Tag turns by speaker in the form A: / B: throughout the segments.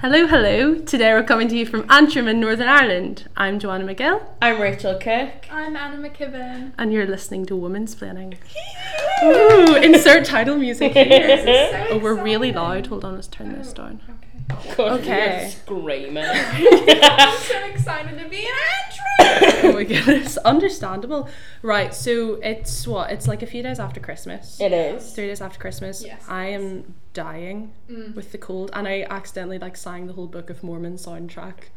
A: Hello, hello. Today we're coming to you from Antrim in Northern Ireland. I'm Joanna McGill,
B: I'm Rachel Kirk.
C: I'm Anna McKibben.
A: and you're listening to Woman's Planning. Ooh, insert title music here. Oh, we're really loud. Hold on, let's turn this down. Okay.
B: okay. Screaming.
C: I'm so excited to be in Antrim.
A: Oh my goodness, understandable. Right, so it's what? It's like a few days after Christmas.
B: it is.
A: Three days after Christmas.
C: Yes.
A: I am dying with the cold, and I accidentally like sang the whole Book of Mormon soundtrack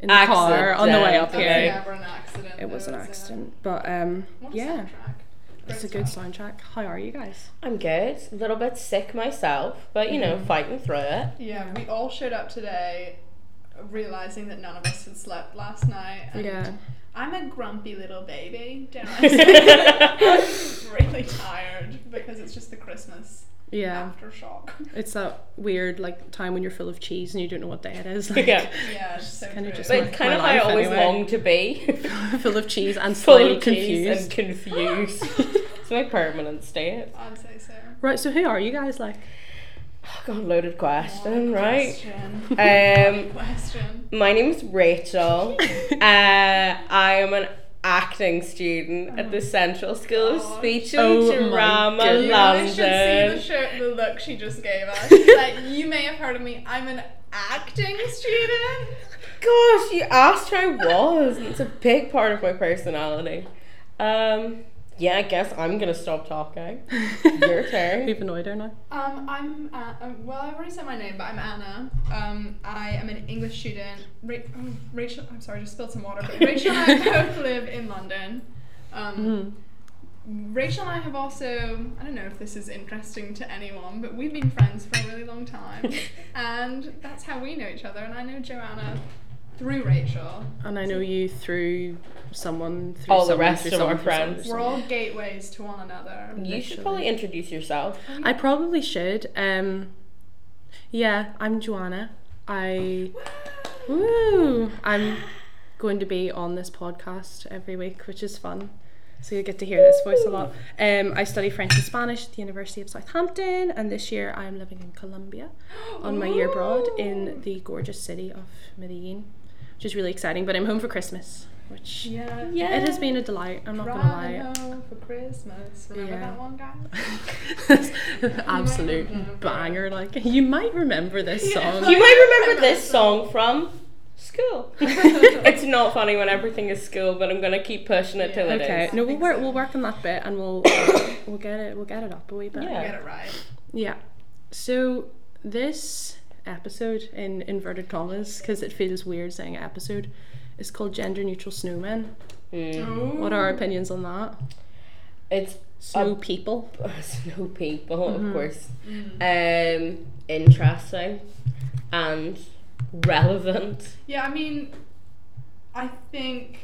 A: in the car on the way up
B: Accidentally.
A: here.
B: Okay.
C: Yeah, we're an accident.
A: It was an
C: though, so-
A: accident, but um,
C: What a
A: yeah,
C: soundtrack.
A: it's a good soundtrack. How are you guys?
B: I'm good. A little bit sick myself, but you know, fighting through it.
C: Yeah, we all showed up today realizing that none of us had slept last night. and
A: Yeah,
C: I'm a grumpy little baby. Don't I? I'm really tired because it's just the Christmas
A: yeah.
C: aftershock.
A: It's that weird like time when you're full of cheese and you don't know what day it is. Like,
B: Yeah.
C: Yeah, it's so
A: kinda
C: true.
A: just
B: But
A: my-
B: kind of
A: my
B: how I
A: life
B: always
A: anyway.
B: long to be.
A: full of cheese and
B: Full
A: slightly
B: of cheese and
A: confused.
B: confused. it's my permanent state.
C: I'd say so.
A: Right, so who are you guys like?
B: Oh, God, loaded question, right?
C: Question.
B: Um,
C: Question.
B: my name's Rachel. uh, I am an acting student at the Central School of
C: Gosh.
B: Speech and
A: Oh my
B: Drama,
A: goodness.
C: You really should see the,
B: London.
C: shirt, the look she just gave us. She's like, you may have heard of me. I'm an acting student.
B: Gosh, you asked who I was. and It's a big part of my personality. Um, yeah, I guess I'm gonna stop talking. Your turn.
A: We've annoyed her now.
C: Um, I'm uh, um, well. I've already said my name, but I'm Anna. Um, I am an English student. Ra- oh, Rachel, I'm sorry, I just spilled some water. But Rachel and I both live in London. Um,
A: Mm.
C: Rachel and I have also. I don't know if this is interesting to anyone, but we've been friends for a really long time, and that's how we know each other. And I know Joanna through Rachel.
A: And I know you through someone. Through
B: All the
A: someone,
B: rest
A: through
B: of
A: someone,
B: our
A: through someone,
B: friends.
A: through
C: We're all gateways to one another.
B: You should probably introduce yourself.
A: someone. I probably should. Um, yeah, I'm Joanna. I. Woo! I'm going to be on this podcast every week, which is fun. So you get to hear this voice a lot. Um, I study French and Spanish at the University of Southampton, and this year I'm living in Colombia on my year abroad in the gorgeous city of Medellin, which is really exciting. But I'm home for Christmas, which
C: Yeah.
A: it has been a delight. I'm not
C: Driving
A: gonna
C: home for Christmas. Remember
A: Yeah.
C: that one, guy?
A: lie, absolute banger. Like you might remember this song.
B: You might remember this song from school. it's not funny when everything is school, but I'm gonna keep pushing it till it is.
A: Okay, no, we'll
C: think
A: work.
C: so.
A: We'll work on that bit, and we'll we'll get it. We'll get it up a wee bit.
B: Yeah.
C: Get it right.
A: Yeah. So this episode in inverted commas, because it feels weird saying episode, is called gender neutral snowmen. What are our opinions on that?
B: Mm. It's
C: Um,
A: Snow people.
B: snow people,
C: Mm-hmm.
B: of course.
C: Mm.
B: Um, interesting and relevant.
C: Yeah, I mean, I think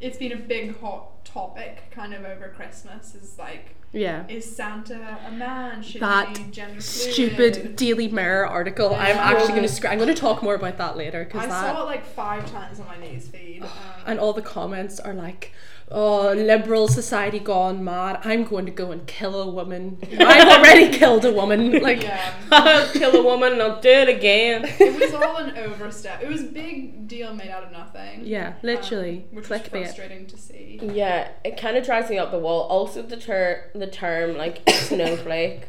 C: it's been a big hot topic kind of over Christmas. Is like,
A: Yeah.
C: is Santa a man? Should
A: That
C: he be gender
A: Stupid
C: fluid?
A: Daily Mirror article. I'm actually gonna. Sc- I'm gonna talk more about that later because
C: I
A: that
C: saw it like five times on my newsfeed. Um,
A: and all the comments are like. Oh, liberal society gone mad. I'm going to go and kill a woman. I've already killed a woman. Like,
C: yeah.
B: I'll kill a woman and I'll do it again.
C: It was all an overstep. It was a big deal made out of nothing.
A: yeah, literally.
C: Um, which was
A: clickbait.
C: frustrating to see.
B: Yeah, it kind of drives me up the wall. Also, the ter- the term like snowflake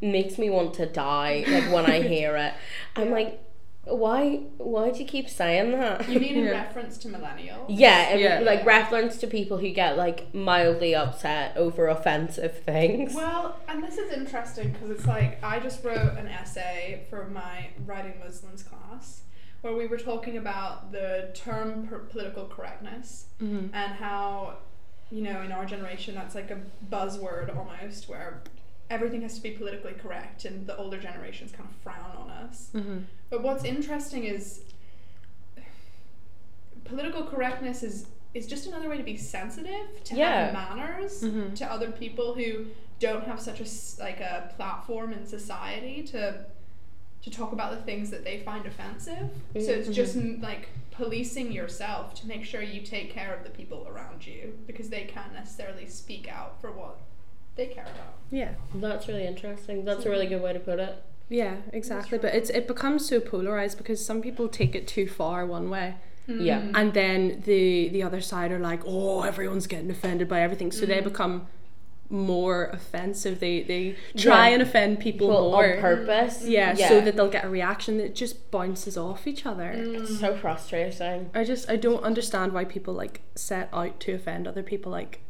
B: makes me want to die. Like when I hear it, I'm like, why? Why do you keep saying that?
C: You mean in
A: Yeah.
C: reference to millennials?
B: Yeah, and
A: Yeah.
B: like reference to people who get like mildly upset over offensive things.
C: Well, and this is interesting because it's like I just wrote an essay for my writing Muslims class where we were talking about the term per- political correctness
A: Mm-hmm.
C: and how, you know, in our generation that's like a buzzword almost where everything has to be politically correct and the older generations kind of frown on us.
A: Mm-hmm.
C: But what's interesting is political correctness is is just another way to be sensitive to
B: Yeah.
C: have manners
A: Mhm.
C: to other people who don't have such a s- like a platform in society to to talk about the things that they find offensive. So
A: Mm-hmm.
C: it's just m- like policing yourself to make sure you take care of the people around you because they can't necessarily speak out for what they care about.
A: Yeah.
B: That's really interesting. That's a really good way to put it.
A: Yeah, exactly. But it's it becomes so polarized because some people take it too far one way,
B: Yeah.
A: and then the the other side are like, oh, everyone's getting offended by everything, so
B: Mm-hmm.
A: they become more offensive. They they try
B: Yeah.
A: and offend people
B: Well,
A: more.
B: on purpose.
A: yeah, so that they'll get a reaction that just bounces off each other.
B: it's so frustrating.
A: I just I don't understand why people like set out to offend other people. Like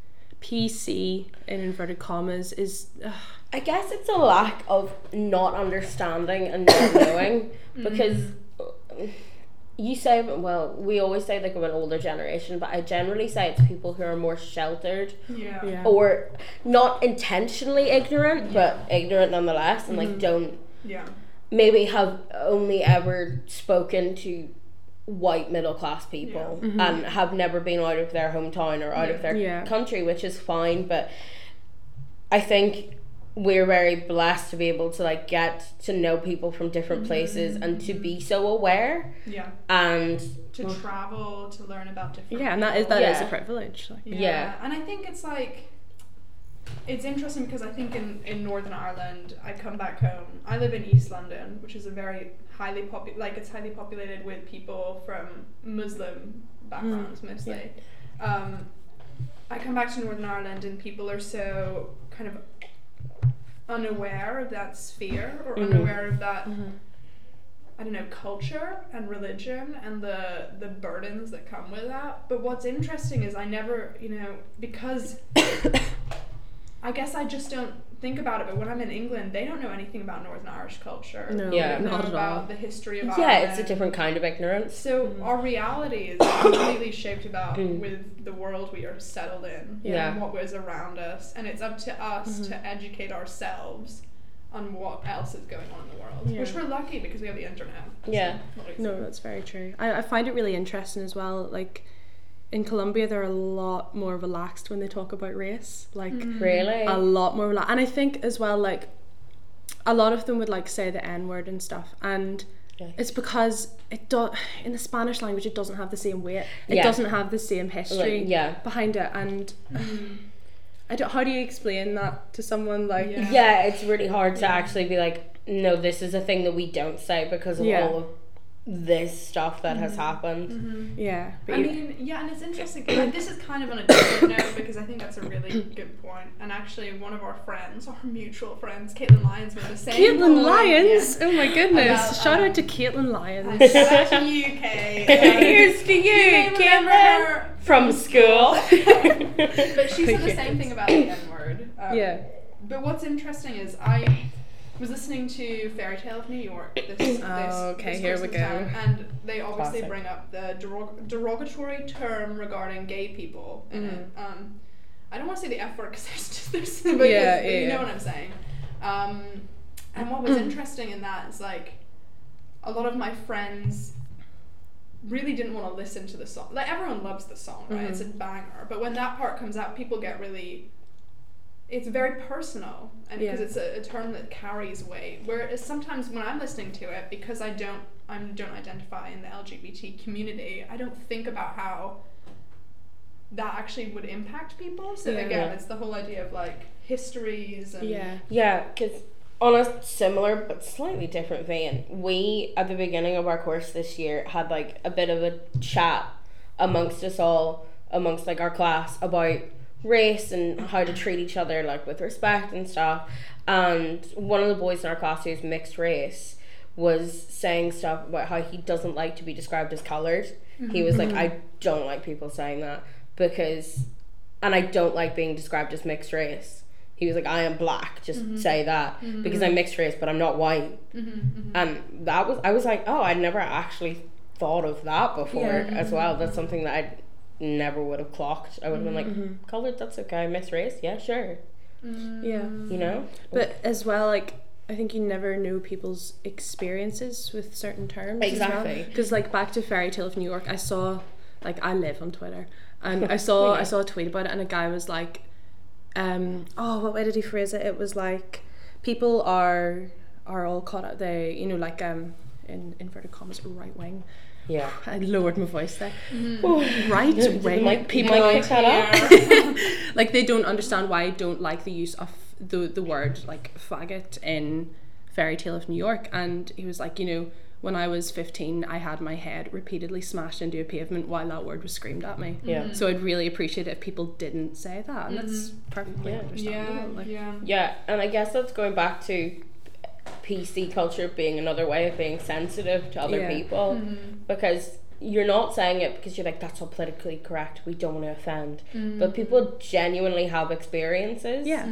A: PC in inverted commas is ugh,
B: I guess it's a lack of not understanding and not knowing because uh, you say well we always say like I'm an older generation but I generally say it's people who are more sheltered
C: Yeah.
A: yeah.
B: or not intentionally ignorant but ignorant nonetheless and like don't
C: Yeah.
B: maybe have only ever spoken to white middle class people and have never been out of their hometown or out of their
A: Mm-hmm. Yeah.
B: country, which is fine. But I think we're very blessed to be able to like get to know people from different places and to be so aware
C: Yeah.
B: and
C: To travel, to learn about different
A: yeah, and that is that is a
B: Yeah.
A: privilege. Like,
C: Yeah.
B: Yeah.
C: And I think it's like it's interesting because I think in, in Northern Ireland, I come back home. I live in East London, which is a very highly popu- like it's highly populated with people from Muslim backgrounds mostly. Um, I come back to Northern Ireland and people are so kind of unaware of that sphere or unaware of that
B: Mm-hmm.
C: I don't know, culture and religion and the the burdens that come with that. But what's interesting is I never, you know, because I guess I just don't think about it. But when I'm in England, they don't know anything about Northern Irish culture.
A: No,
C: They
B: Yeah.
C: don't know
A: not at
C: about
A: all.
C: the history of
B: yeah, it's a
C: Ireland.
B: different kind of ignorance.
C: So
A: Mm-hmm.
C: our reality is completely shaped about
A: Mm.
C: with the world we are settled in
B: Yeah.
C: and what was around us, and it's up to us
A: Mm-hmm.
C: to educate ourselves on what else is going on in the world.
A: Yeah.
C: Which we're lucky because we have the internet.
B: Yeah.
C: Like,
A: No, that's very true. I, I find it really interesting as well. Like in Colombia, they're a lot more relaxed when they talk about race. Like
C: Mm-hmm.
B: Really?
C: Mm.
A: a lot more relaxed, and I think as well like a lot of them would like say the N word and stuff, and
B: Yeah.
A: it's because it do- in the Spanish language it doesn't have the same weight. It
B: Yeah.
A: doesn't have the same history
B: Like, yeah.
A: behind it, and
C: Mm-hmm.
A: I don't. How do you explain that to someone like?
C: Yeah.
B: yeah, it's really hard to actually be like, no, this is a thing that we don't say because of
A: Yeah.
B: all of this stuff that has happened.
A: Yeah, but
C: Mm-hmm. I
A: you-
C: mean, yeah, and it's interesting. 'cause, like, this is kind of on a different note because I think that's a really good point. And actually, one of our friends, our mutual friends, Caitlin Lyons, made the same.
A: Caitlin
C: point,
A: Lyons. Oh my goodness!
C: About,
A: Shout
C: um,
A: out to Caitlin
C: yeah.
A: Lyons.
C: And shout out to you, Kate.
B: Here's to you,
C: may remember
B: Cameron,
C: her,
B: from school.
C: but she said the same thing about the N word. Um,
A: Yeah.
C: But what's interesting is I was listening to Fairy Tale of New York this this,
A: Oh, okay,
C: this
A: here we
C: Christmas
A: go.
C: time, and they obviously
B: Classic.
C: bring up the derog- derogatory term regarding gay people in it.
A: Mm-hmm.
C: Um, I don't want to say the F word because there's just there's but you-
A: Yeah,
C: but
A: yeah,
C: you know
A: yeah. Mm.
C: what I'm saying. Um, and what was interesting in that is like a lot of my friends really didn't want to listen to the song. Like everyone loves the song, right? It's a
A: Mm-hmm.
C: banger. But when that part comes out, people get really. It's very personal, and because
A: Yeah.
C: it's a, a term that carries weight. Whereas sometimes when I'm listening to it, because I don't, I don't identify in the LGBT community, I don't think about how that actually would impact people. So
A: Yeah.
C: again,
B: Yeah.
C: it's the whole idea of like histories and
A: Yeah.
B: yeah, because on a similar but slightly different vein, we at the beginning of our course this year had like a bit of a chat amongst us all, amongst like our class about race and how to treat each other like with respect and stuff. And one of the boys in our class who's mixed race was saying stuff about how he doesn't like to be described as colored. He was like, I don't like people saying that because, and I don't like being described as mixed race. He was like, I am black, just say that because I'm mixed race, but I'm not white.
C: Mm-hmm,
B: And that was, I was like, oh, I never actually thought of that before as well. That's something that I never would have clocked. I would have been like, colored, that's okay, mixed race, yeah, sure.
A: yeah.
C: mm-hmm.
B: You know?
A: But as well, like I think you never know people's experiences with certain terms.
B: Exactly.
A: Because like back to Fairy Tale of New York, I saw like I live on Twitter, and I saw I saw a tweet about it, and a guy was like, um, "Oh, what way did he phrase it? It was like people are are all caught up. They you know like um in inverted commas right wing.
B: Yeah.
A: I lowered my voice there. Right wing
B: Mike,
A: people
B: Mike picked that up.
A: like they don't understand why I don't like the use of the the word like faggot in Fairy Tale of New York, and he was like, you know, when I was 15, I had my head repeatedly smashed into a pavement while that word was screamed at me.
B: Yeah.
A: So I'd really appreciate it if people didn't say that, and that's perfectly
B: Yeah.
A: understandable.
C: Yeah,
A: like,
C: yeah.
B: Yeah, and I guess that's going back to PC culture being another way of being sensitive to other
A: Yeah.
B: people
C: Mm-hmm.
B: because you're not saying it because you're like that's all politically correct. We don't want to offend, but people genuinely have experiences
A: yeah.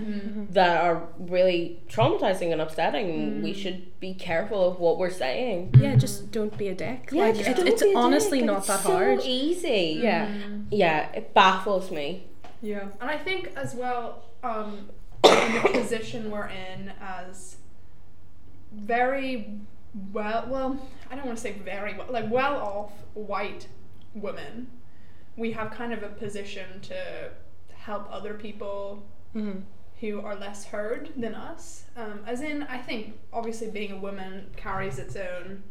B: that are really traumatizing and upsetting. and We should be careful of what we're saying.
A: Yeah, just don't be a dick.
B: Yeah,
A: like
B: just
A: it,
B: don't
A: it's
B: be a dick,
A: honestly
B: like,
A: not
B: it's
A: that
B: so e-
A: hard.
B: easy. Mm.
A: Yeah.
B: yeah, it baffles me.
C: Yeah. And I think as well, um, in the position we're in as very well, well, I don't want to say very well, like well off white women, we have kind of a position to help other people
A: Mhm.
C: who are less heard than us. Um, as in, I think obviously being a woman carries its own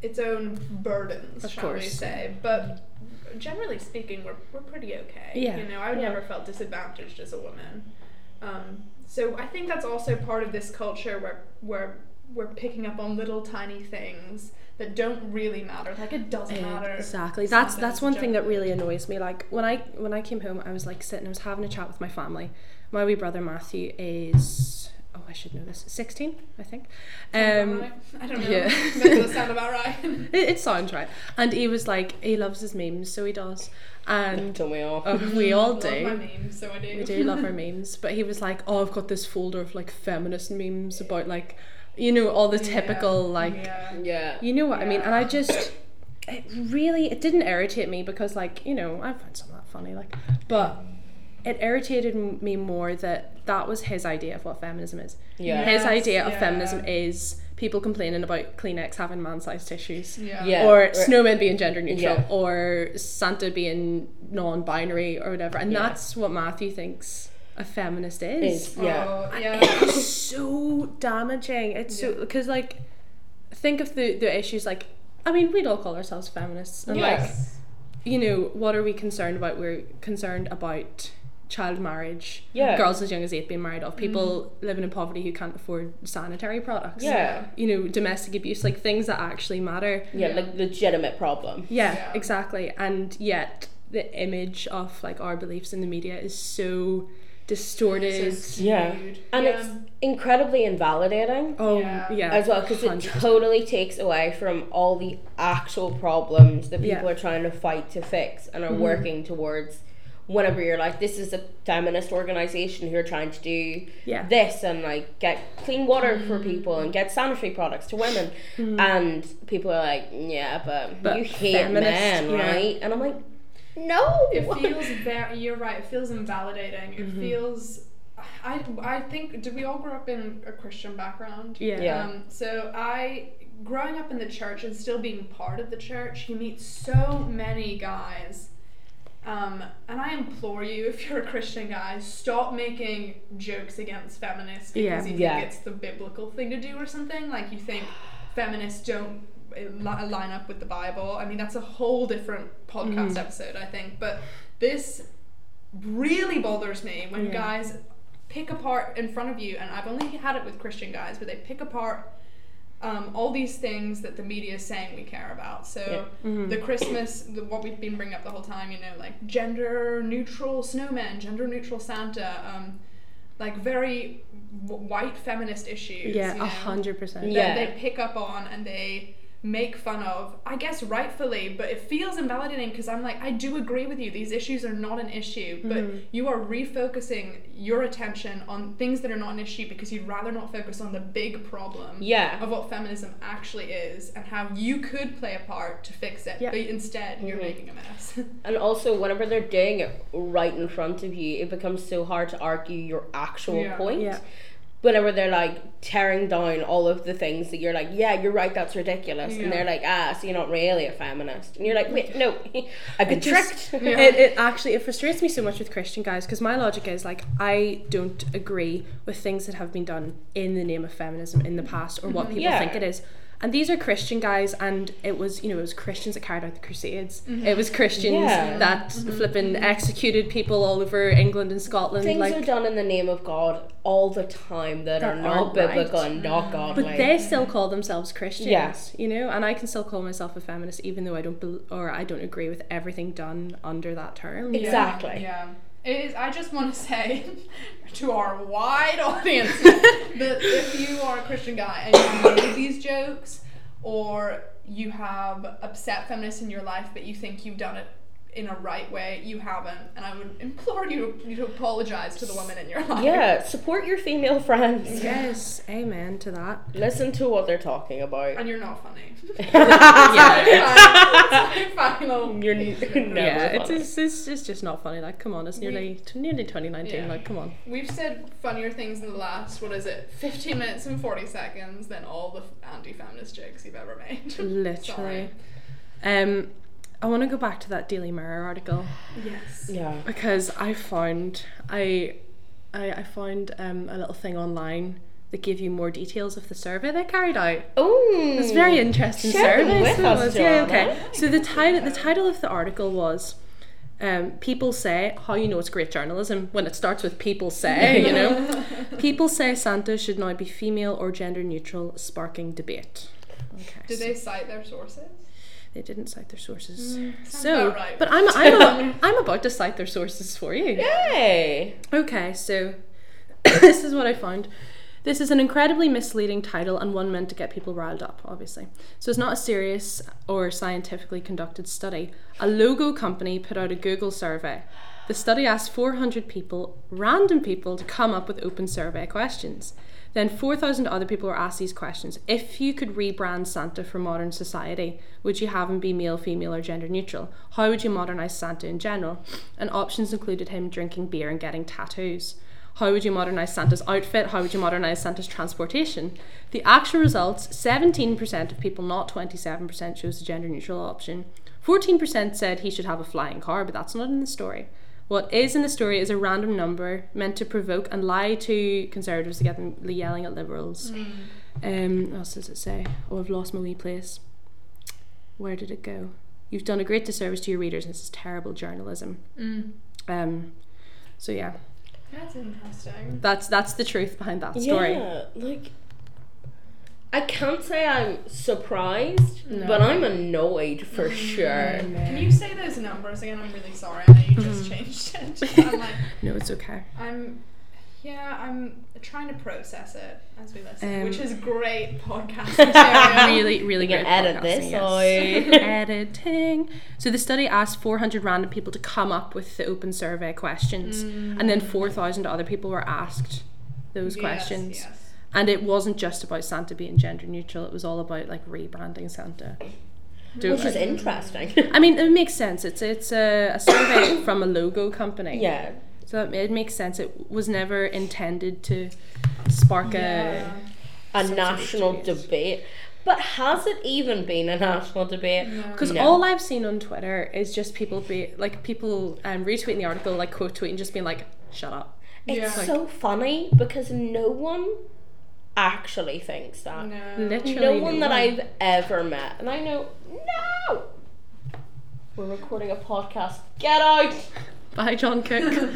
C: its own burdens,
A: Of
C: shall we
A: course.
C: say? But generally speaking, we're we're pretty okay.
A: Yeah.
C: You know, I would
B: Yeah.
C: never felt disadvantaged as a woman. Um, so I think that's also part of this culture where where we're picking up on little tiny things that don't really matter. Like it doesn't matter.
A: Eh, Exactly. That's
C: something
A: that's one thing that
C: generally.
A: really annoys me. Like when I when I came home, I was like sitting, I was having a chat with my family. My wee brother Matthew is oh I should know this, sixteen, I think.
C: Sound
A: Um,
C: about right? I don't know.
A: yeah.
C: that does sound about right.
A: it, it sounds right. And he was like, he loves his memes, so he does. And
B: Don't we all?
A: oh, we all do.
C: Love my memes, so I do.
A: We do love our memes, but he was like, "Oh, I've got this folder of like feminist memes about like, you know, all the typical like,
C: Yeah.
B: Yeah.
A: you know what I mean." And I
C: Yeah.
A: just, it really, it didn't irritate me because like, you know, I find some of that funny, like, but it irritated m- me more that that was his idea of what feminism is.
B: Yeah.
A: His
C: Yes,
A: idea of
C: yeah.
A: feminism is people complaining about Kleenex having man-sized tissues.
C: Yeah.
B: Yeah.
A: Or
B: Or-
A: snowmen being gender neutral,
B: Yeah.
A: or Santa being non-binary, or whatever, and
B: Yeah.
A: that's what Matthew thinks a feminist is.
B: Is, yeah.
C: Oh, yeah.
A: It's so damaging. It's so because like, think of the the issues. Like, I mean, we'd all call ourselves feminists, and like,
B: Yes.
A: you know, what are we concerned about? We're concerned about child marriage,
B: Yeah. Mm-hmm.
A: girls as young as eight being married off, people living in poverty who can't afford sanitary products,
B: Yeah.
A: you know, domestic abuse, like things that actually matter.
B: Yeah,
C: Yeah.
B: like legitimate problem.
A: Yeah,
C: Yeah.
A: exactly. And yet the image of like our beliefs in the media is so distorted.
B: Yeah. And
C: yeah.
B: it's incredibly invalidating
A: oh yeah.
C: Yeah.
B: as well because it
A: 100%.
B: totally takes away from all the actual problems that people
A: Yeah. Mm-hmm.
B: are trying to fight to fix and are working towards. Whenever you're like, this is a feminist organization who are trying to do
A: Yeah. Mm-hmm.
B: this and like get clean water for people and get sanitary products to women, and people are like, yeah, but,
A: But
B: you hate
A: feminist,
B: men,
A: yeah.
B: right? And I'm like, no,
C: It feels very. You're right. It feels invalidating.
A: Mm-hmm.
C: It feels. I I think. Did we all grow up in a Christian background?
A: Yeah.
B: Yeah.
C: Um, so I, growing up in the church and still being part of the church, you meet so many guys. Um, and I implore you, if you're a Christian guy, stop making jokes against feminists because
A: Yeah.
C: you
B: Yeah.
C: think it's the biblical thing to do or something. Like you think feminists don't li- line up with the Bible. I mean, that's a whole different podcast episode, I think. But this really bothers me when
A: Yeah.
C: guys pick apart in front of you, and I've only had it with Christian guys, but they pick apart um, all these things that the media is saying we care about. So
A: Mm-hmm.
C: the Christmas, the, what we've been bringing up the whole time, you know, like gender neutral snowmen, gender neutral Santa, um, like very w- white feminist issues.
A: Yeah,
C: you
A: a
C: know,
A: hundred percent.
B: Yeah.
C: That they pick up on and they make fun of. I guess rightfully, but it feels invalidating because I'm like, I do agree with you. These issues are not an issue, but
B: Mm-hmm.
C: you are refocusing your attention on things that are not an issue because you'd rather not focus on the big problem
B: Yeah.
C: of what feminism actually is and how you could play a part to fix it,
A: Yeah.
C: but instead you're
B: Mhm.
C: making a mess.
B: And also, whenever they're doing it right in front of you, it becomes so hard to argue your actual
C: Yeah.
B: point.
A: Yeah.
B: Whenever they're like tearing down all of the things that you're like, yeah, you're right, that's ridiculous.
C: Yeah.
B: And they're like, ah, so you're not really a feminist. And you're like, wait, no, I've been
A: It just-
B: tricked.
C: Yeah.
A: It, it actually it frustrates me so much with Christian guys because my logic is like I don't agree with things that have been done in the name of feminism in the past or what people
B: Mm-hmm. Yeah.
A: think it is. And these are Christian guys, and it was, you know, it was Christians that carried out the Crusades. It was Christians
B: Mm-hmm. Yeah. Mm-hmm.
A: that flipping executed people all over England and Scotland.
B: Things
A: like,
B: are done in the name of God all the time that are
A: That
B: not
A: aren't right.
B: biblical and
C: Mm.
B: not godly.
A: But they still call themselves Christians,
B: Yeah.
A: you know, and I can still call myself a feminist, even though I don't bel or I don't agree with everything done under that term.
B: It's- Exactly.
C: Yeah. It is, I just want to say to our wide audience that if you are a Christian guy and you know these jokes, or you have upset feminists in your life, but you think you've done it in a right way, you haven't. And I would implore you to, you to apologize to the women in your life.
B: yeah, support your female friends.
A: yes, amen to that.
B: Listen to what they're talking about.
C: And you're not funny.
B: yeah.
C: It's my final-
B: You're n- no.
A: yeah,
B: funny.
A: it's, it's, it's just not funny. Like, come on, it's nearly t- nearly 2019.
C: Yeah.
A: Like, come on.
C: We've said funnier things in the last, what is it, 15 minutes and 40 seconds than all the anti feminist jokes you've ever made.
A: Literally.
C: Sorry.
A: Um, I want to go back to that Daily Mirror article
C: Yes.
B: Yeah.
A: because I found I I, I found um, a little thing online that gave you more details of the survey they carried out.
B: Oh,
A: It's very interesting
B: Share them
A: survey.
B: with
A: so it
B: us,
A: was- yeah,
B: Joanna.
A: okay. So the title the title of the article was um, people say how you know it's great journalism when it starts with people say, you know. people say Santa should now be female or gender neutral, sparking debate. Okay.
C: Did
A: so-
C: they cite their sources?
A: they didn't cite their sources.
C: Sounds
A: so,
C: about right.
A: but I'm I'm, a, I'm about to cite their sources for you.
B: Hey.
A: Okay, so this is what I found. This is an incredibly misleading title and one meant to get people riled up, obviously. So it's not a serious or scientifically conducted study. A logo company put out a Google survey. The study asked 400 people, random people, to come up with open survey questions. Then 4,000 other people were asked these questions. If you could rebrand Santa for modern society, would you have him be male, female, or gender neutral? How would you modernize Santa in general? And options included him drinking beer and getting tattoos. How would you modernize Santa's outfit? How would you modernize Santa's transportation? The actual results 17% of people, not 27%, chose the gender neutral option. 14% said he should have a flying car, but that's not in the story. What is in the story is a random number meant to provoke and lie to conservatives to get them yelling at liberals. Um, what else does it say? Oh, I've lost my wee place. Where did it go? You've done a great disservice to your readers, and this is terrible journalism. Um, so yeah,
C: That's interesting.
A: that's that's the truth behind that story.
B: Yeah, like I can't say I'm surprised,
A: No.
B: but I'm annoyed for sure.
C: Can you say those numbers again? I'm really sorry. I know you
A: Mm.
C: just changed it. I'm like,
A: No, it's okay.
C: I'm, yeah, I'm trying to process it as we
A: Um,
C: listen, which is great podcast material.
A: Really, really
B: We
A: good.
B: can edit this. Yes.
A: editing. So the study asked 400 random people to come up with the open survey questions,
B: Mm.
A: and then 4,000 other people were asked those
C: Yes,
A: questions.
C: yes.
A: And it wasn't just about Santa being gender neutral; it was all about like rebranding Santa. Do
B: Which
A: it
B: is
A: right.
B: interesting.
A: I mean, it makes sense. It's it's a, a survey from a logo company.
B: yeah.
A: So it, it makes sense. It was never intended to spark
B: A
C: Yeah.
A: Some sort of
B: national
A: debate.
B: debate. But has it even been a national debate?
C: No.
A: Because all I've seen on Twitter is just people be like people um, retweeting the article, like quote tweeting, just being like, "Shut up."
B: It's
C: Yeah.
B: so funny because no one actually thinks that.
C: No.
A: Uh, Literally,
B: No one that I've ever met. And I know, no! We're recording a podcast. Get out!
A: Bye, John Cook.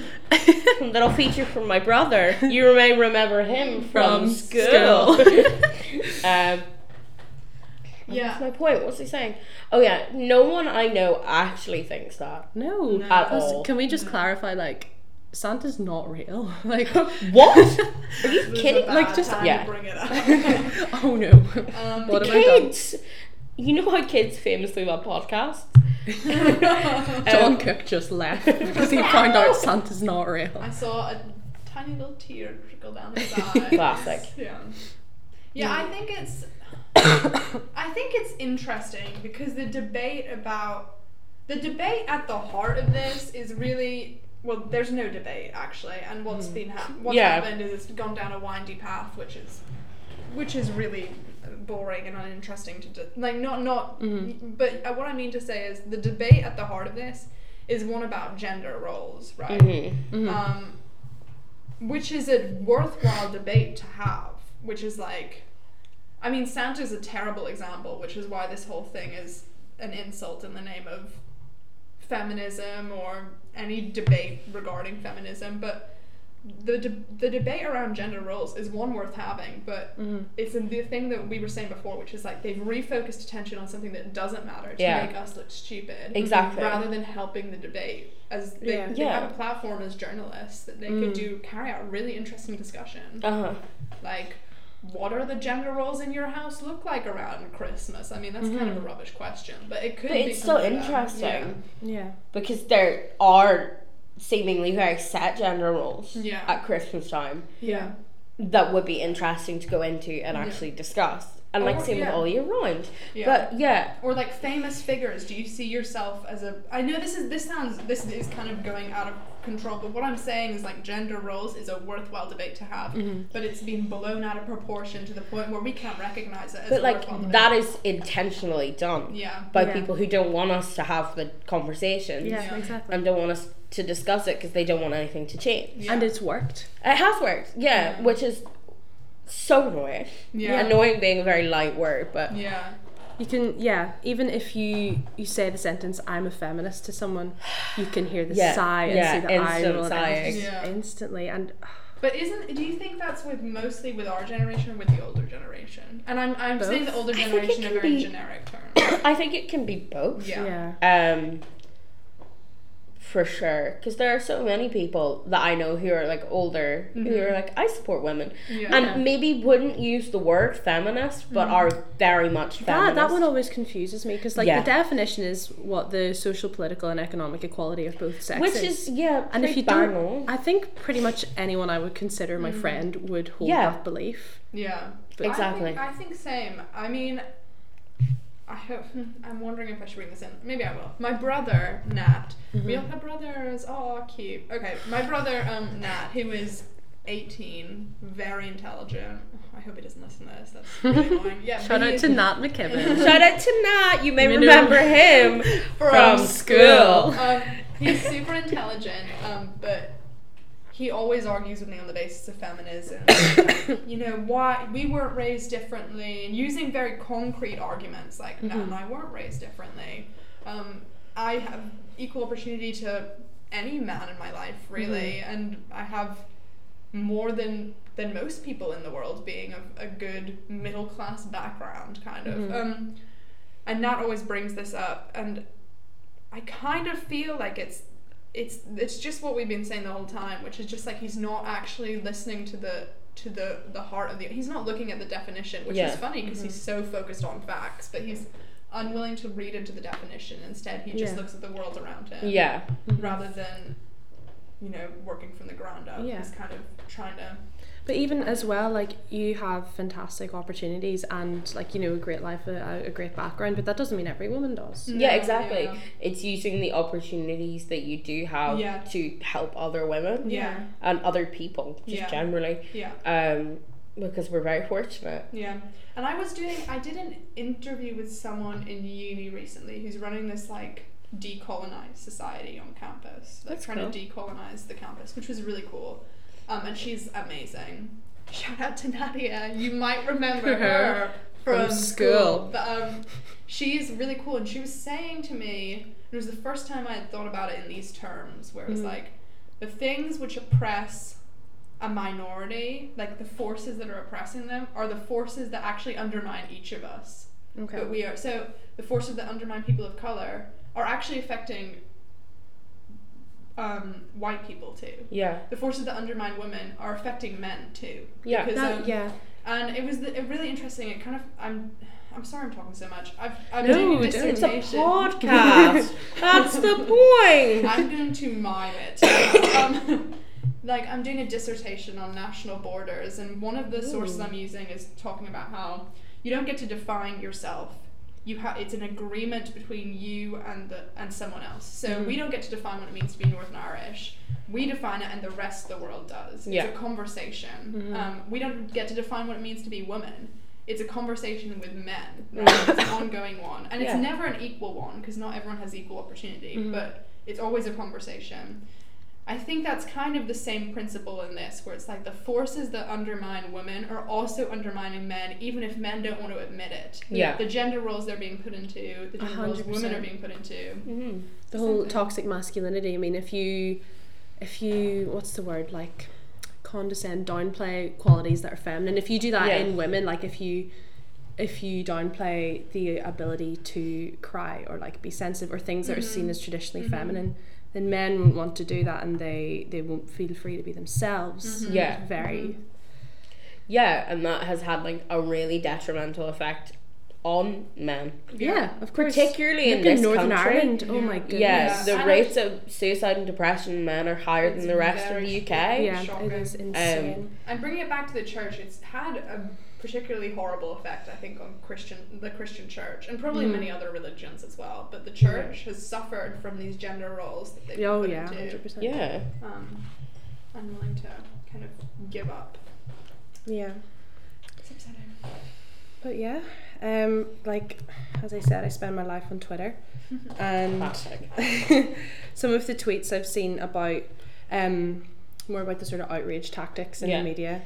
B: That'll feature from my brother. You may remember him from,
A: From
B: school.
A: school.
B: um, That's
C: Yeah.
B: my point. What's he saying? Oh yeah, no one I know actually thinks that
A: no.
C: Uh,
B: at
A: Plus,
B: all.
A: Can we just clarify, like, Santa's not real? Like,
B: What? Are you
C: This was a
B: kidding?
C: bad
A: Like, just-
C: time
B: yeah.
C: To bring it up.
A: oh no.
C: Um,
A: what have I done?
B: Kids. You know how kids famously love podcasts.
A: John
B: Um,
A: Cook just left because he found out Santa's not real.
C: I saw a tiny little tear trickle down his eye.
B: Classic.
C: Yeah. Yeah, I think it's I think it's interesting because the debate about the debate at the heart of this is really well, there's no debate actually, and what's been ha- what's
B: Yeah.
C: happened is it's gone down a windy path, which is which is really boring and uninteresting to d- like not not
B: Mm-hmm.
C: but uh, what I mean to say is the debate at the heart of this is one about gender roles, right?
B: Mm-hmm.
C: um, which is a worthwhile debate to have. Which is like, I mean, Santa's a terrible example, which is why this whole thing is an insult in the name of feminism or any debate regarding feminism. But the de- the debate around gender roles is one worth having, but
B: Mm-hmm.
C: it's the thing that we were saying before, which is like they've refocused attention on something that doesn't matter to
B: Yeah.
C: make us look stupid,
B: Exactly.
C: rather than helping the debate. As they,
A: Yeah.
C: they
B: Yeah.
C: have a platform as journalists that they
B: Mm.
C: could do carry out really interesting discussion
B: Uh huh.
C: like what are the gender roles in your house look like around christmas i mean that's kind of a rubbish question but it could
B: Mm. But
C: be
B: it's still
C: something that-
B: interesting
A: Yeah.
B: because there are seemingly very set gender roles
C: Yeah.
B: at Christmas time
C: yeah
B: that would be interesting to go into and actually discuss. And like
C: Or-
B: same
C: yeah.
B: with all year round.
C: yeah
B: But yeah,
C: or like famous figures do you see yourself as a i know this is this sounds this is kind of going out of control but what i'm saying is like gender roles is a worthwhile debate to have
B: Mm-hmm.
C: but it's been blown out of proportion to the point where we can't recognize it as
B: but
C: a worthwhile
B: like
C: debate.
B: that is intentionally done
C: yeah
B: by
A: Yeah.
B: people who don't want us to have the conversations
A: Yeah,
C: Yeah.
A: exactly.
B: and don't want us to discuss it because they don't want anything to change.
C: yeah.
A: And it's worked.
B: It has worked, yeah, which is so annoying.
C: yeah
B: Annoying being a very light word, but
C: yeah
A: You can yeah, even if you you say the sentence I'm a feminist to someone, you can hear the
B: Yeah,
A: sigh and
B: yeah,
A: see the eye
B: instant
A: roll
B: sighing.
A: just
C: Yeah.
A: instantly and
C: But isn't do you think that's with mostly with our generation or with the older generation? And I'm I'm
A: Both.
C: saying the older
B: I think it
C: generation a
B: can
C: very
B: be-
C: generic term.
B: I think it can be both.
C: Yeah.
A: yeah.
B: Um, for sure, because there are so many people that I know who are like older who are like I support women,
C: Yeah.
B: and maybe wouldn't use the word feminist, but are very much
A: That,
B: feminist.
A: that one always confuses me because like
B: Yeah.
A: the definition is what the social, political, and economic equality of both sexes.
B: which is yeah,
A: and if
B: pretty
A: you don't,
B: bang on. Mm.
A: I think pretty much anyone I would consider my friend would hold
B: Yeah.
A: that belief.
C: Yeah.
A: But-
C: I
B: Exactly.
C: think, I think same. I mean I hope I'm wondering if I should bring this in. Maybe I will. My brother, Nat.
A: Mm-hmm.
C: We all have brothers. Oh cute. Okay. My brother, um, Nat, who is 18, very intelligent. I hope he doesn't listen to this. That's really annoying. Yeah.
A: Shout
C: but
A: out
C: he-
A: to Nat McKibben.
B: Shout out to Nat. You may
A: Mineral.
B: remember him from, school.
C: um, he's super intelligent, um, but he always argues with me on the basis of feminism. you know, why we weren't raised differently, and using very concrete arguments like, no, and I weren't raised differently. Um, I have equal opportunity to any man in my life, really, and I have more than than most people in the world being of a good middle class background kind of um and Nat always brings this up and I kind of feel like it's it's it's just what we've been saying the whole time, which is just like he's not actually listening to the to the the heart of the he's not looking at the definition, which
B: Yeah.
C: is funny because he's
A: Mm-hmm.
C: so focused on facts, but he's unwilling to read into the definition. Instead, he just
A: Yeah.
C: looks at the world around him
B: Yeah,
C: rather than you know working from the ground up.
A: Yeah.
C: He's kind of trying to
A: But even as well, like you have fantastic opportunities and like you know a great life, a, a great background, but that doesn't mean every woman does.
B: yeah,
C: No,
B: exactly.
C: yeah.
B: It's using the opportunities that you do have
C: Yeah.
B: to help other women
C: yeah
B: and other people, just
C: Yeah.
B: generally.
C: yeah.
B: um, because we're very fortunate.
C: Yeah. And I was doing I did an interview with someone in uni recently who's running this like decolonized society on campus. Like
A: That's
C: trying to decolonize the campus, which was really cool. Um, and she's amazing. Shout out to Nadia. You might remember her from,
A: From
C: school.
A: school.
C: But um she's really cool and she was saying to me it was the first time I had thought about it in these terms where it
A: Mm-hmm.
C: was like the things which oppress a minority, like the forces that are oppressing them, are the forces that actually undermine each of us.
B: Mm.
A: Okay.
C: But we are so the forces that undermine people of color are actually affecting um, white people too.
B: Yeah,
C: The forces that undermine women are affecting men too.
B: yeah,
C: Because-
A: That-
C: um,
A: yeah.
C: And it was the, it really interesting. It kind of I'm I'm sorry I'm talking so much. I've I'm
A: No,
C: doing a
A: don't.
B: it's a
C: dissertation.
B: podcast. That's the point.
C: I'm going to mime it. Um, like I'm doing a dissertation on national borders, and one of the sources I'm using is talking about how you don't get to define yourself. You ha- it's an agreement between you and the and someone else. So
B: Mm-hmm.
C: we don't get to define what it means to be Northern Irish. We define it, and the rest of the world does.
B: Yeah. Mm-hmm.
C: It's a conversation. Um, we don't get to define what it means to be women. It's a conversation with men. Right? it's an ongoing one, and
B: Yeah.
C: it's
A: Mm-hmm.
C: never an equal one because not everyone has equal opportunity. But it's always a conversation I think that's kind of the same principle in this, where it's like the forces that undermine women are also undermining men, even if men don't want to admit it.
B: Yeah.
C: The gender roles they're being put into, the
A: A
C: gender roles
A: hundred
C: women are
A: percent.
C: being put into.
B: Mm-hmm.
A: the whole
C: Something.
A: toxic masculinity i mean if you if you what's the word like condescend downplay qualities that are feminine if you do that
B: Yeah.
A: in women like if you if you downplay the ability to cry or like be sensitive or things that are seen
B: Mm-hmm.
C: Mhm.
A: as traditionally
C: Mhm.
A: feminine then men won't want to do that and they they won't feel free to be themselves
C: Mhm.
B: Yeah.
A: very
B: Yeah, and that has had like a really detrimental effect on men,
A: yeah of course
B: Mm-hmm. particularly in
A: Look at
B: this
A: northern
B: country.
A: ireland oh my goodness
B: Yeah,
C: Yeah.
B: the
C: And
B: rates of suicide and depression in men are higher
C: It's
B: than the rest of
C: very
B: the UK.
A: yeah
C: Shocking.
A: it is insane
C: And bringing it back to the church, it's had a particularly horrible effect, I think, on Christian the Christian church and probably
A: Mhm.
C: many other religions as well. But the church has suffered from these gender roles that they've been
A: oh
C: put
A: yeah
C: into,
A: 100%
B: Yeah.
C: um, unwilling to kind of give up.
A: yeah
C: It's upsetting.
A: But yeah, um, like as I said, I spend my life on Twitter, and
B: Classic.
A: some of the tweets I've seen about um, more about the sort of outrage tactics in
B: Yeah.
A: the media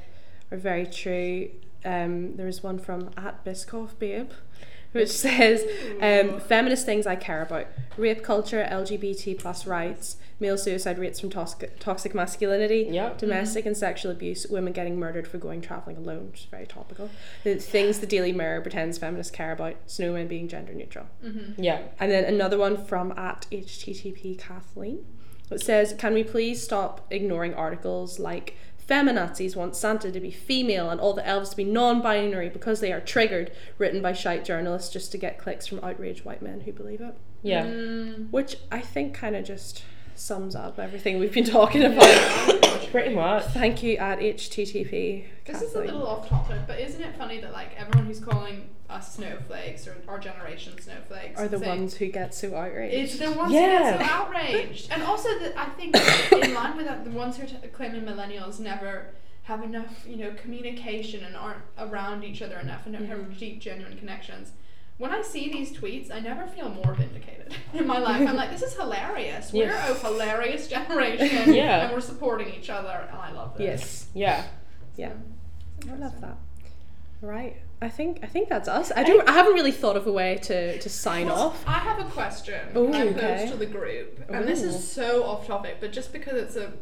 A: are very true. Um, there is one from at Biscoff Babe, which says, um, "Feminist things I care about: rape culture, LGBT plus rights, male suicide rates from toxic toxic masculinity,
B: Yep.
A: domestic and sexual abuse, women getting murdered for going travelling alone, which is very topical. The things the Daily Mirror pretends feminists care about, snowmen being gender neutral.
B: Yeah.
A: And then another one from at HTTP Kathleen. It says, Can we please stop ignoring articles like Feminazis want Santa to be female and all the elves to be non binary because they are triggered, written by shite journalists just to get clicks from outraged white men who believe it.
B: Yeah.
C: Mm.
A: Which I think kind of just sums up everything we've been talking about.
B: Pretty much.
A: Thank you at HTTP.
C: This is a
A: Kathleen.
C: little off topic, but isn't it funny that like everyone who's calling us snowflakes or our generation snowflakes
A: are the
C: saying-
A: ones who get so
C: It's
A: outraged.
C: the ones who
B: Yeah.
C: get so outraged, and also the, I think in line with that, the ones who are t- claiming millennials never have enough, you know, communication and aren't around each other enough and don't have
A: Mm-hmm.
C: deep, genuine connections. When I see these tweets, I never feel more vindicated in my life. I'm like, this is hilarious. We're
B: Yes.
C: a hilarious generation,
B: Yeah.
C: and we're supporting each other, and I love this.
A: Yes,
B: Yeah.
A: yeah, I love that. Right, I think I think that's us. I don't. I haven't really thought of a way to to sign
C: Well,
A: off.
C: I have a question
A: Ooh,
C: I
A: okay.
C: posed to the group, and this
A: Ooh.
C: is so off topic, but just because it's a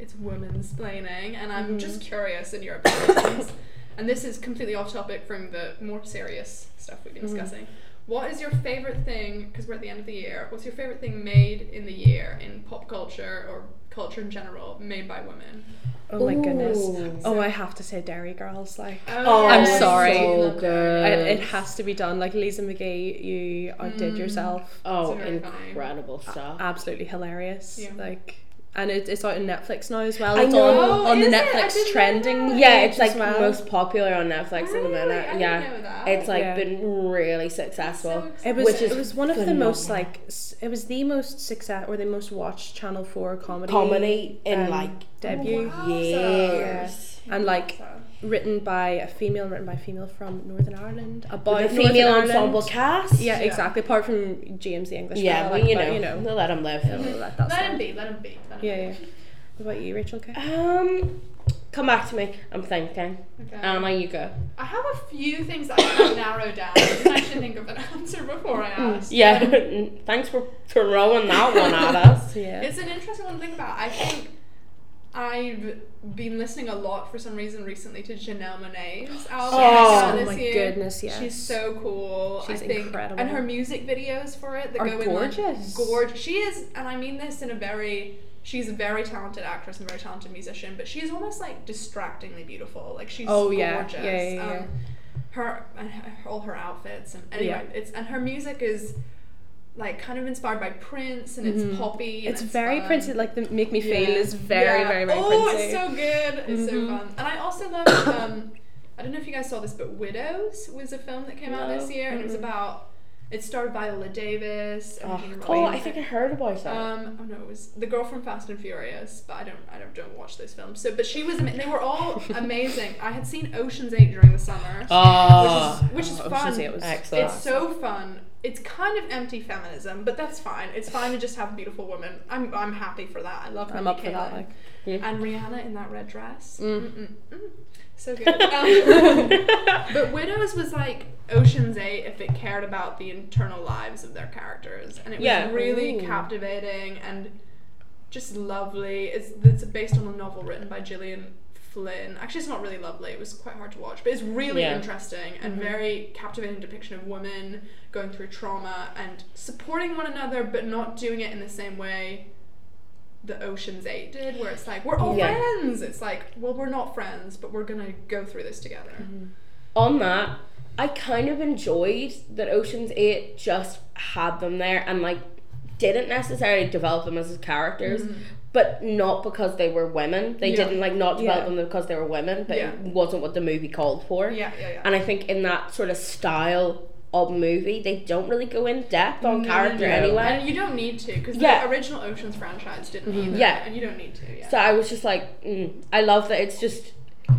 C: it's women's planning, and I'm
A: Mm-hmm.
C: just curious in your opinions, and this is completely off topic from the more serious stuff we've been
A: Mm-hmm.
C: discussing. What is your favorite thing? Because we're at the end of the year. What's your favorite thing made in the year in pop culture or culture in general made by women?
A: Oh my
B: Ooh.
A: goodness. Oh, I have to say Dairy Girls. Like
B: Oh,
A: I'm
B: it's
A: sorry.
B: So
A: I-
B: good.
A: it has to be done. Like Lisa McGee, you outdid
C: Mm.
A: yourself.
B: oh,
C: It's very funny.
B: incredible stuff.
A: Absolutely hilarious.
C: Yeah.
A: Like. And it, it's out on Netflix now as well.
B: I
A: It's
B: know.
A: on, on the
C: Is it? I didn't
A: Netflix
C: know
A: trending.
C: that.
B: yeah,
A: page
B: it's like
A: as well.
B: most popular on Netflix at the
C: Really? I
B: minute.
C: didn't
B: yeah.
C: know that.
B: It's like
A: Yeah.
B: been really successful.
C: exciting.
A: It was
B: Which is
A: it was one of the most
B: phenomenal.
A: like s- it was the most success or the most watched Channel Four comedy
B: Comedy Oh, in
A: um,
B: like
A: debut
C: wow.
B: years.
A: and like
C: So-
A: written by a female written by a female from Northern Ireland about
B: With a
A: Northern
B: female
A: Ireland.
B: ensemble cast.
A: Yeah,
C: Yeah.
A: exactly. Apart from James the English.
B: Yeah,
A: fella,
B: but
A: like,
B: you know,
A: you know.
B: they'll let them live.
A: you know, that- that's
C: let him
A: not-
C: be. Let him be. Let him
A: Yeah, yeah. What about you, Rachel? Kay?
B: Um, come back to me. I'm thinking.
C: Be. Okay.
B: Anna, you go.
C: I have a few things that I have narrowed down. I didn't actually think of an answer before
A: Hmm.
C: I asked.
B: Yeah, thanks for throwing that one at us.
A: Yeah.
C: It's an interesting one to think about. I think I've been listening a lot for some reason recently to Janelle Monae's album.
B: Oh,
C: I saw
A: oh
C: this
A: my
C: year.
A: goodness, yes.
C: She's so cool.
A: She's
C: I think,
A: incredible.
C: And her music videos for it that
A: Are
C: go in like,
A: gorgeous.
C: gorgeous. She is, and I mean this in a very. She's a very talented actress and very talented musician, but she's almost like distractingly beautiful. Like she's
A: Oh, yeah.
C: gorgeous.
A: Yeah, yeah, yeah.
C: Um, her and her- all her outfits and anyway, it's and her music is like kind of inspired by Prince and it's poppy. and
A: Mm-hmm. it's very
C: fun.
A: Prince. Like the Make Me Feel
C: Yeah.
A: is very,
C: Yeah.
A: very, very
C: Oh,
A: Princey. Mm-hmm.
C: it's so good. It's so fun. And I also love. Um, I don't know if you guys saw this, but Widows was a film that came out
B: No.
A: Mm-hmm.
C: this year, and it was about It starred Viola Davis.
B: Oh,
C: Angelina
B: oh, I
C: Jolie.
B: think I heard about that.
C: Um, oh no, it was the girl from Fast and Furious, but I don't, I don't, don't watch those films. So, but she was, ama- they were all amazing. I had seen Ocean's Eight during the summer.
B: Ah.
C: which is
A: I was
C: fun.
A: gonna say it was-
B: Excellent.
C: It's so fun. It's kind of empty feminism, but that's fine. It's fine to just have beautiful women. I'm, I'm happy for that. I love.
A: I'm
C: Mindy
A: up for that.
C: Kaling.
A: Like,
C: And Rihanna in that red dress.
A: Mm.
C: Mm, mm, mm. So good. Um, but Widows was like Ocean's Eight if it cared about the internal lives of their characters. And it was
B: Yeah.
C: really
A: Ooh.
C: captivating and just lovely. It's, it's based on a novel written by Gillian Flynn. Actually, it's not really lovely. It was quite hard to watch, but it's really
B: Yeah. Mm-hmm.
C: interesting and very captivating depiction of women going through trauma and supporting one another, but not doing it in the same way the Ocean's Eight did, where it's like we're all
B: Yeah.
C: friends. It's like well, we're not friends, but we're gonna go through this together.
B: Mm-hmm. on that, I kind of enjoyed that Ocean's Eight just had them there and like didn't necessarily develop them as characters, but not because they were women. They
C: Mm-hmm. Yeah.
B: didn't like not develop
A: Yeah.
B: them because they were women, but
C: Yeah.
B: it wasn't what the movie called for.
C: Yeah, yeah, yeah.
B: And I think in that sort of style of movie, they don't really go in depth on character
C: No, no, no.
B: anyway.
C: and you don't need to because
B: Yeah. Mm-hmm.
C: the original Ocean's franchise didn't either,
B: Yeah.
C: and you don't need to. Yeah,
B: So I was just like, mm, I love that it's just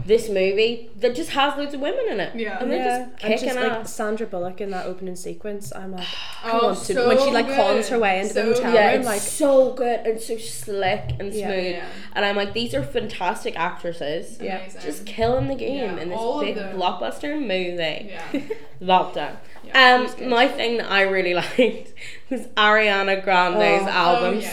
B: this movie that just has loads of women in it.
C: Yeah.
B: And they're just
A: and
B: kicking
A: just like
B: ass.
A: Sandra Bullock in that opening sequence, I'm like, I
C: Oh,
A: want to.
C: so
A: when she like cons
C: good.
A: her way into the
C: So
A: hotel
B: yeah,
A: room,
B: it's
A: like,
B: so good and so slick and smooth.
A: Yeah.
C: Yeah.
B: And I'm like, these are fantastic actresses.
A: yeah,
C: Amazing.
B: Just killing the game
C: Yeah,
B: in this
C: all of
B: big
C: them.
B: blockbuster movie.
C: yeah.
B: Loved it.
C: Yeah, it was
B: um,
C: good.
B: my thing that I really liked was Ariana Grande's
A: Oh.
B: album
C: Oh, yeah, yeah, yeah.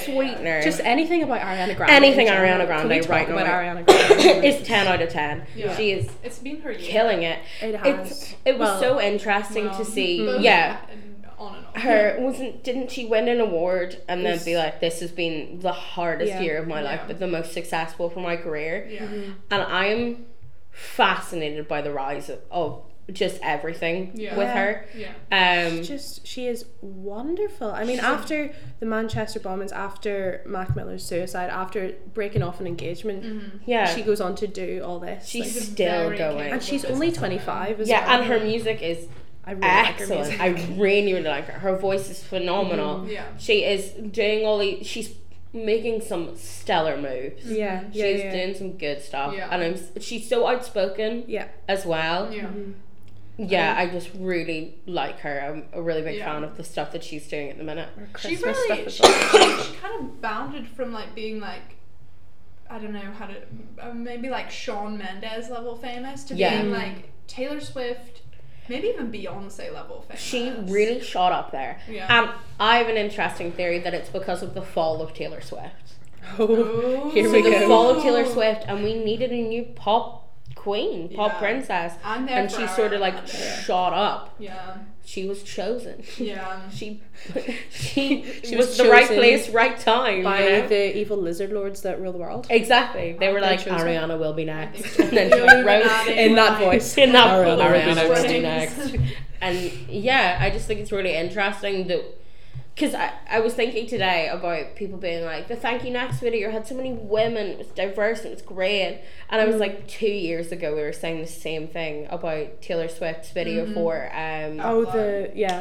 B: Sweetener.
A: just anything about Ariana Grande.
B: Anything
A: in general.
B: Ariana
A: Can we
B: Grande
A: talk
B: right now?
A: about Ariana Grande.
B: it's ten out of ten.
C: Yeah.
B: She is
C: it's been her year.
B: killing it.
A: it has.
B: It's it was
A: Well, Mm-hmm.
B: so interesting
C: Well,
B: to see.
C: both
B: Yeah.
C: and on and on.
B: Her wasn't didn't she win an award and then
A: Yes.
B: be like, This has been the hardest
A: Yeah.
B: year of my life
C: Yeah.
B: but the most successful for my career.
C: Yeah.
A: Mm-hmm.
B: And I'm fascinated by the rise of, of just everything
C: Yeah.
B: with
A: Yeah.
B: her.
C: Yeah.
B: Um
A: She just she is wonderful. I mean, after the Manchester bombings, after Mac Miller's suicide, after breaking off an engagement,
B: yeah.
A: she
B: She,
A: goes on to do all this. like-
B: she's
C: She's a
B: still
C: very
B: going.
A: and she's only twenty five. as
B: yeah,
A: well.
B: and her music is
A: I really Like
B: excellent.
A: her music. Mm-hmm.
B: I really, really like her. Her voice is phenomenal.
C: Yeah.
B: She is doing all the she's making some stellar moves.
A: yeah,
B: She's
A: yeah, yeah.
B: doing some good stuff,
C: Yeah.
B: and I'm. s- She's so outspoken
A: yeah.
B: as well. Yeah,
C: Yeah.
A: Mm-hmm.
B: I just really like her. I'm a really big
C: Yeah.
B: fan of the stuff that she's doing at the minute.
C: she
A: Christmas
C: really she,
A: stuff as well.
C: she kind of bounded from like being like I don't know how to uh, maybe like Sean Mendes level famous to
B: Yeah.
C: being like Taylor Swift, maybe even Beyonce level famous.
B: She really shot up there.
C: Yeah.
B: And I have an interesting theory that it's because of the fall of Taylor Swift.
C: Oh.
A: Here
B: So
A: we
B: the
A: go.
B: fall of Taylor Swift, and we needed a new pop queen, pop
C: Yeah.
B: princess,
C: I'm there
B: and
C: for
B: she
C: our
B: sort of like
C: Ariana.
B: shot up.
C: Yeah.
B: She was chosen.
C: Yeah.
B: She, she,
A: She
B: was,
A: was
B: the right
A: chosen
B: place, right time. you
A: by
B: know?
A: the evil lizard lords that rule the world.
B: Exactly. They were
A: They
B: like,
A: chose her.
B: Ariana will be next.
C: so.
B: And then she like,
C: Illuminati.
B: wrote
A: In that voice.
B: in that
A: Ariana
B: Ariana,
A: will be
B: will be
C: next.
B: next. And yeah, I just think it's really interesting that. Because I, I was thinking today about people being like, the Thank You Next video had so many women, it was diverse and it was great. And
C: Mm-hmm.
B: I was like, two years ago, we were saying the same thing about Taylor Swift's video
C: Mm-hmm.
B: for. um
A: Oh, the yeah.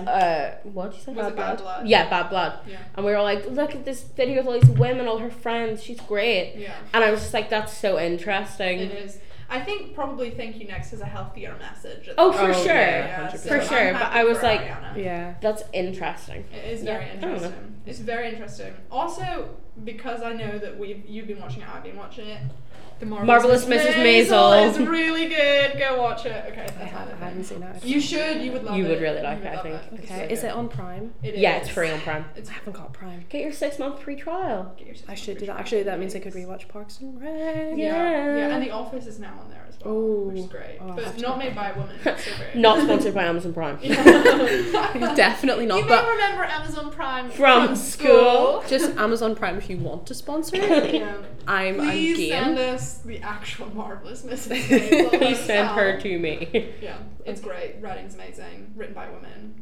B: uh, What did you say?
C: Was it bad blood?
B: Yeah, Bad Blood.
C: Yeah.
B: And we were like, look at this video of all these women, all her friends, she's great.
C: Yeah.
B: And I was just like, that's so interesting.
C: It is. I think probably Thank You Next is a healthier message.
B: Oh, for
A: Oh,
B: sure.
A: yeah.
B: For
C: I'm
B: sure, but
C: happy
B: I was
C: for
B: like-
C: Ariana.
A: Yeah.
B: That's interesting.
C: It is
B: Yeah,
C: very
B: I don't know.
C: interesting. It's very interesting. Also, because I know that we've you've been watching it, I've been watching it. The
B: Marvelous Mrs. Maisel.
C: is really good. Go watch it. Okay,
A: I
C: that's
A: ha- I
C: fine.
A: haven't seen that.
C: You should. You would love
B: You
C: it.
B: would really like
C: would
B: it, I
C: love
B: think.
C: It's
A: Okay.
C: so
A: Is
C: good.
A: it on Prime?
C: It
B: yeah,
C: is.
B: it's free on Prime.
C: It's
A: I haven't got Prime.
B: Get your six month free trial.
C: Get yourself
A: I
C: a
A: should do
C: free
A: that.
C: trial.
A: Actually, that means I could rewatch Parks and Rec.
C: Yeah. yeah,
B: Yeah.
C: and The Office is now on there as well, which is
A: Ooh.
C: great.
A: Oh, I'll have
C: but
A: to
C: not
A: look
C: made
A: at
C: by a woman. It's so great.
B: Not sponsored by Amazon Prime.
A: Definitely
C: You
A: not.
C: may
A: But
C: remember Amazon Prime
B: From school.
A: just Amazon Prime if you want to sponsor it.
C: Yeah.
A: I'm I'm
C: Please send
A: game.
C: us the actual marvelous Mrs. Maisel Um,
B: Please send her
C: herself.
B: to me.
C: Yeah, it's great. Writing's amazing. Written by women.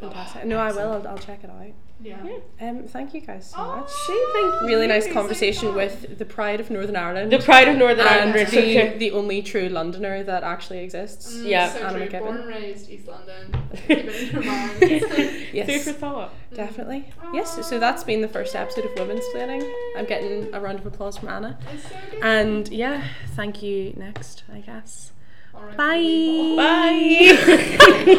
A: Fantastic. No, I will. I'll, I'll check it out.
C: Yeah.
B: Yeah.
A: Um, thank you guys so
C: Oh,
A: much.
B: thank
A: Really nice
C: so
A: conversation
C: fun.
A: with the pride of Northern Ireland.
B: The pride of Northern
A: and
B: Ireland.
A: the, the only true Londoner that actually exists.
C: Mm,
B: Yeah,
C: So
A: Anna
C: true.
A: McKibben.
C: Born and raised East London. Keep it in your mind.
A: Yes,
B: Food for thought.
A: Mm-hmm. definitely. Yes, so that's been the first episode of Women's Planning. I'm getting a round of applause from Anna.
C: It's so good.
A: And yeah, thank you next, I guess.
C: All right,
A: Bye.
B: Bye.